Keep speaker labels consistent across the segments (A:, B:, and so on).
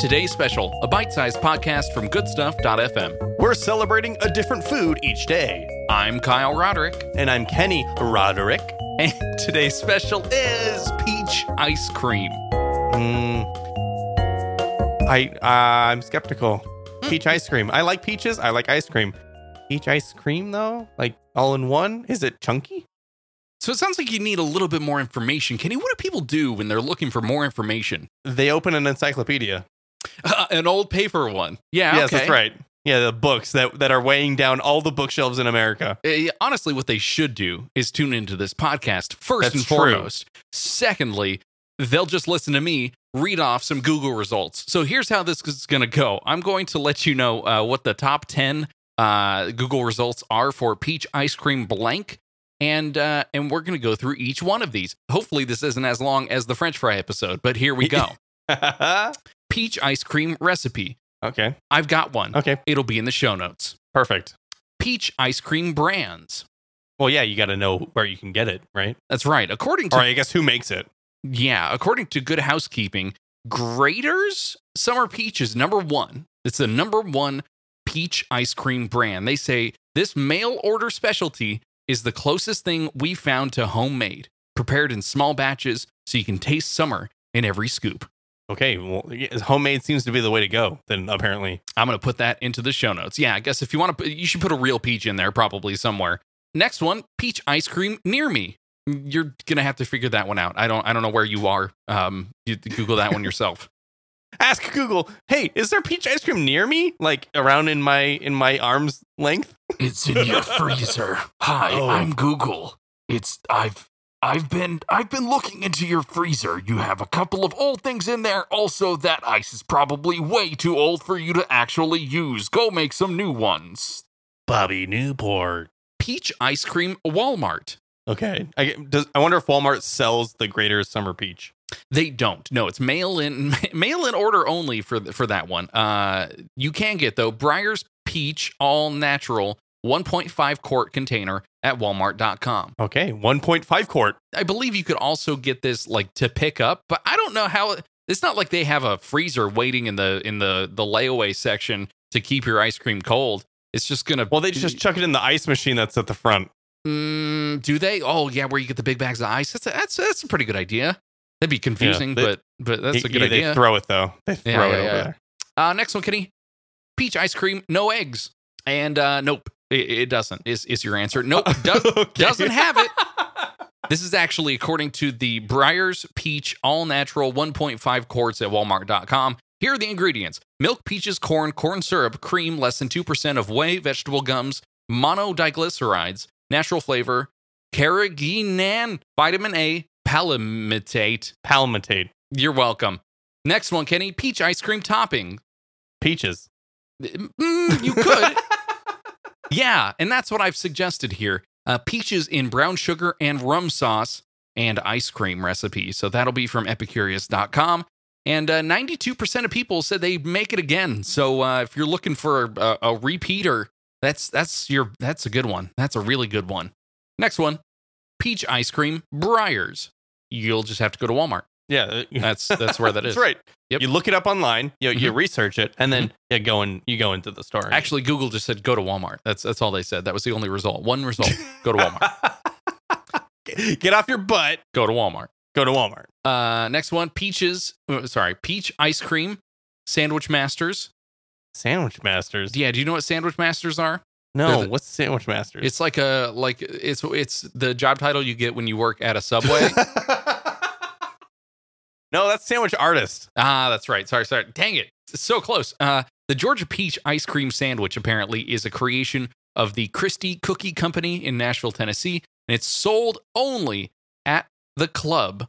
A: Today's Special, a bite sized podcast from goodstuff.fm.
B: We're celebrating a different food each day.
A: I'm Kyle Roderick,
B: And I'm Kenny Roderick.
A: and today's special is peach ice cream.
B: Mm. I uh, I'm skeptical. Peach ice cream. I like peaches. I like ice cream. Peach ice cream though, like all in one. Is it chunky?
A: So it sounds like you need a little bit more information. Kenny, what do people do when they're looking for more information?
B: They open an encyclopedia.
A: an old paper one. Yeah,
B: yes,
A: Ah, okay.
B: that's right. Yeah, the books that that are weighing down all the bookshelves in America.
A: Uh, honestly, what they should do is tune into this podcast first
B: That's
A: and
B: true.
A: foremost. Secondly, they'll just listen to me read off some Google results. So here's how this is going to go I'm going to let you know uh, what the top 10 uh, Google results are for peach ice cream blank. And uh, and we're going to go through each one of these. Hopefully, this isn't as long as the French fry episode, but here we go.
B: okay.
A: peach ice cream recipe. I've got one.
B: Okay.
A: It'll be in the show notes.
B: Perfect.
A: Peach ice cream brands.
B: Well, yeah, you got to know where you can get it, right?
A: That's right. According to
B: All right. I guess who makes it?
A: Yeah, according to Good Housekeeping, Graders Summer Peach is number one. It's the number one peach ice cream brand. They say this mail order specialty is the closest thing we found to homemade, prepared in small batches so you can taste summer in every scoop.
B: Okay. Well, yeah, homemade seems to be the way to go. Then apparently.
A: I'm going to put that into the show notes. Yeah, I guess if you want to, you should put a real peach in there probably somewhere. Next one, peach ice cream near me. You're gonna have to figure that one out. I don't. I don't know where you are. Um, you Google that one yourself.
B: ask google hey is there peach ice cream near me like around in my in my arms length
C: It's in your freezer. Hi,
B: Oh.
C: I'm Google. It's I've I've been I've been looking into your freezer. You have a couple of old things in there. Also, that ice is probably way too old for you to actually use. Go make some new ones.
B: bobby newport
A: peach ice cream Walmart.
B: okay i does i wonder if walmart sells the greater summer peach
A: They don't. No, it's mail in mail in order only for th- for that one. Uh, you can get though Breyer's peach all natural 1.5 quart container at Walmart.com.
B: okay 1.5 quart
A: I believe you could also get this like to pick up, but I don't know how. It's not like they have a freezer waiting in the in the the layaway section to keep your ice cream cold. It's just gonna.
B: well they just chuck it in the ice machine that's at the front
A: Mm, do they? Oh yeah, where you get the big bags of ice. That's a, that's that's a pretty good idea. That'd be confusing,
B: they-
A: but but that's a
B: Y-
A: good
B: yeah,
A: idea.
B: they throw it though they throw
A: Yeah,
B: it
A: yeah,
B: over
A: yeah.
B: there
A: uh, next one, Kenny. Peach ice cream, no eggs, and uh, nope, it, it doesn't. Is is your answer? Nope, does,
B: Okay.
A: doesn't have it. This is actually according to the Breyers Peach All Natural 1.5 quarts at Walmart.com. Here are the ingredients milk, peaches, corn, corn syrup, cream, less than 2% of whey, vegetable gums, monodiglycerides, natural flavor, carrageenan, vitamin A, palmitate.
B: palmitate
A: You're welcome. Next one, Kenny peach ice cream topping.
B: peaches
A: Mm, you could. yeah, and that's what I've suggested here. Uh, peaches in brown sugar and rum sauce and ice cream recipe. So that'll be from epicurious.com. And uh, 92% of people said they make it again. So uh, if you're looking for a, a repeater, that's that's your that's a good one. That's a really good one. Next one, peach ice cream Briars. You'll just have to go to Walmart.
B: yeah
A: That's that's where uh, that is.
B: that's right
A: Yep. Mm-hmm.
B: you look it up online you, you research it and then you go and you go into the store
A: Actually, Google just said go to Walmart. That's that's all they said. That was the only result. One result. Go to Walmart.
B: get off your butt
A: Go to Walmart.
B: go to walmart
A: Uh, next one, peaches. uh, Sorry, peach ice cream, sandwich masters.
B: Sandwich Masters.
A: Yeah, do you know what sandwich masters are?
B: No,
A: the-
B: what's Sandwich Masters?
A: It's like a like it's it's the job title you get when you work at a Subway.
B: no, that's Sandwich Artist.
A: ah, that's right. Sorry, sorry. Dang it, it's so close. Uh, the Georgia peach ice cream sandwich apparently is a creation of the Christie Cookie Company in Nashville, Tennessee, and it's sold only at the club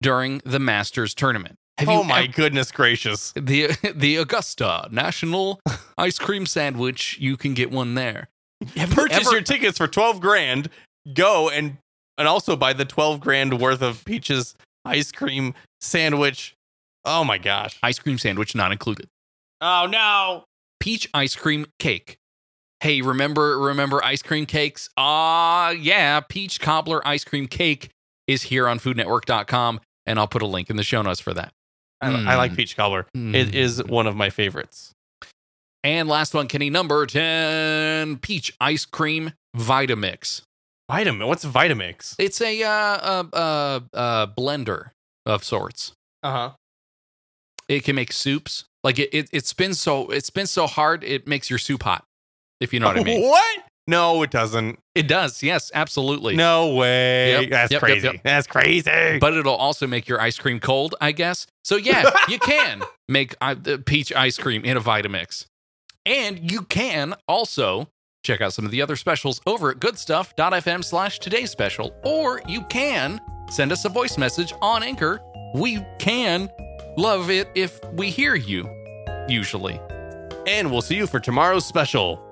A: during the Masters tournament. Have
B: oh
A: you
B: my
A: ev-
B: goodness gracious.
A: the the Augusta National Ice Cream Sandwich. You can get one there. Have you
B: Purchase
A: ever-
B: your tickets for 12 grand. Go and and also buy the 12 grand worth of peaches ice cream sandwich. Oh my gosh.
A: ice cream sandwich not included.
B: Oh no.
A: Peach ice cream cake. Hey, remember remember ice cream cakes? Ah, yeah, peach cobbler ice cream cake is here on foodnetwork.com and I'll put a link in the show notes for that.
B: I, I like
A: Hmm.
B: peach cobbler. It is one of my favorites.
A: And last one, Kenny, number 10 peach ice cream Vitamix.
B: Vitamin. What's Vitamix?
A: It's a uh, uh, uh, uh, blender of sorts.
B: Uh
A: Uh-huh.
B: huh.
A: It can make soups. Like it, it, it spins so it spins so hard it makes your soup hot. If you know what I mean.
B: What? No, it doesn't.
A: It does. Yes, absolutely.
B: No way.
A: Yep, yep,
B: That's
A: yep,
B: crazy.
A: yep.
B: That's crazy.
A: But it'll also make your ice cream cold, I guess. So yeah, you can make uh, the peach ice cream in a Vitamix. And you can also check out some of the other specials over at goodstuff.fm slash today special. Or you can send us a voice message on Anchor. We can love it if we hear you, usually.
B: and we'll see you for tomorrow's special.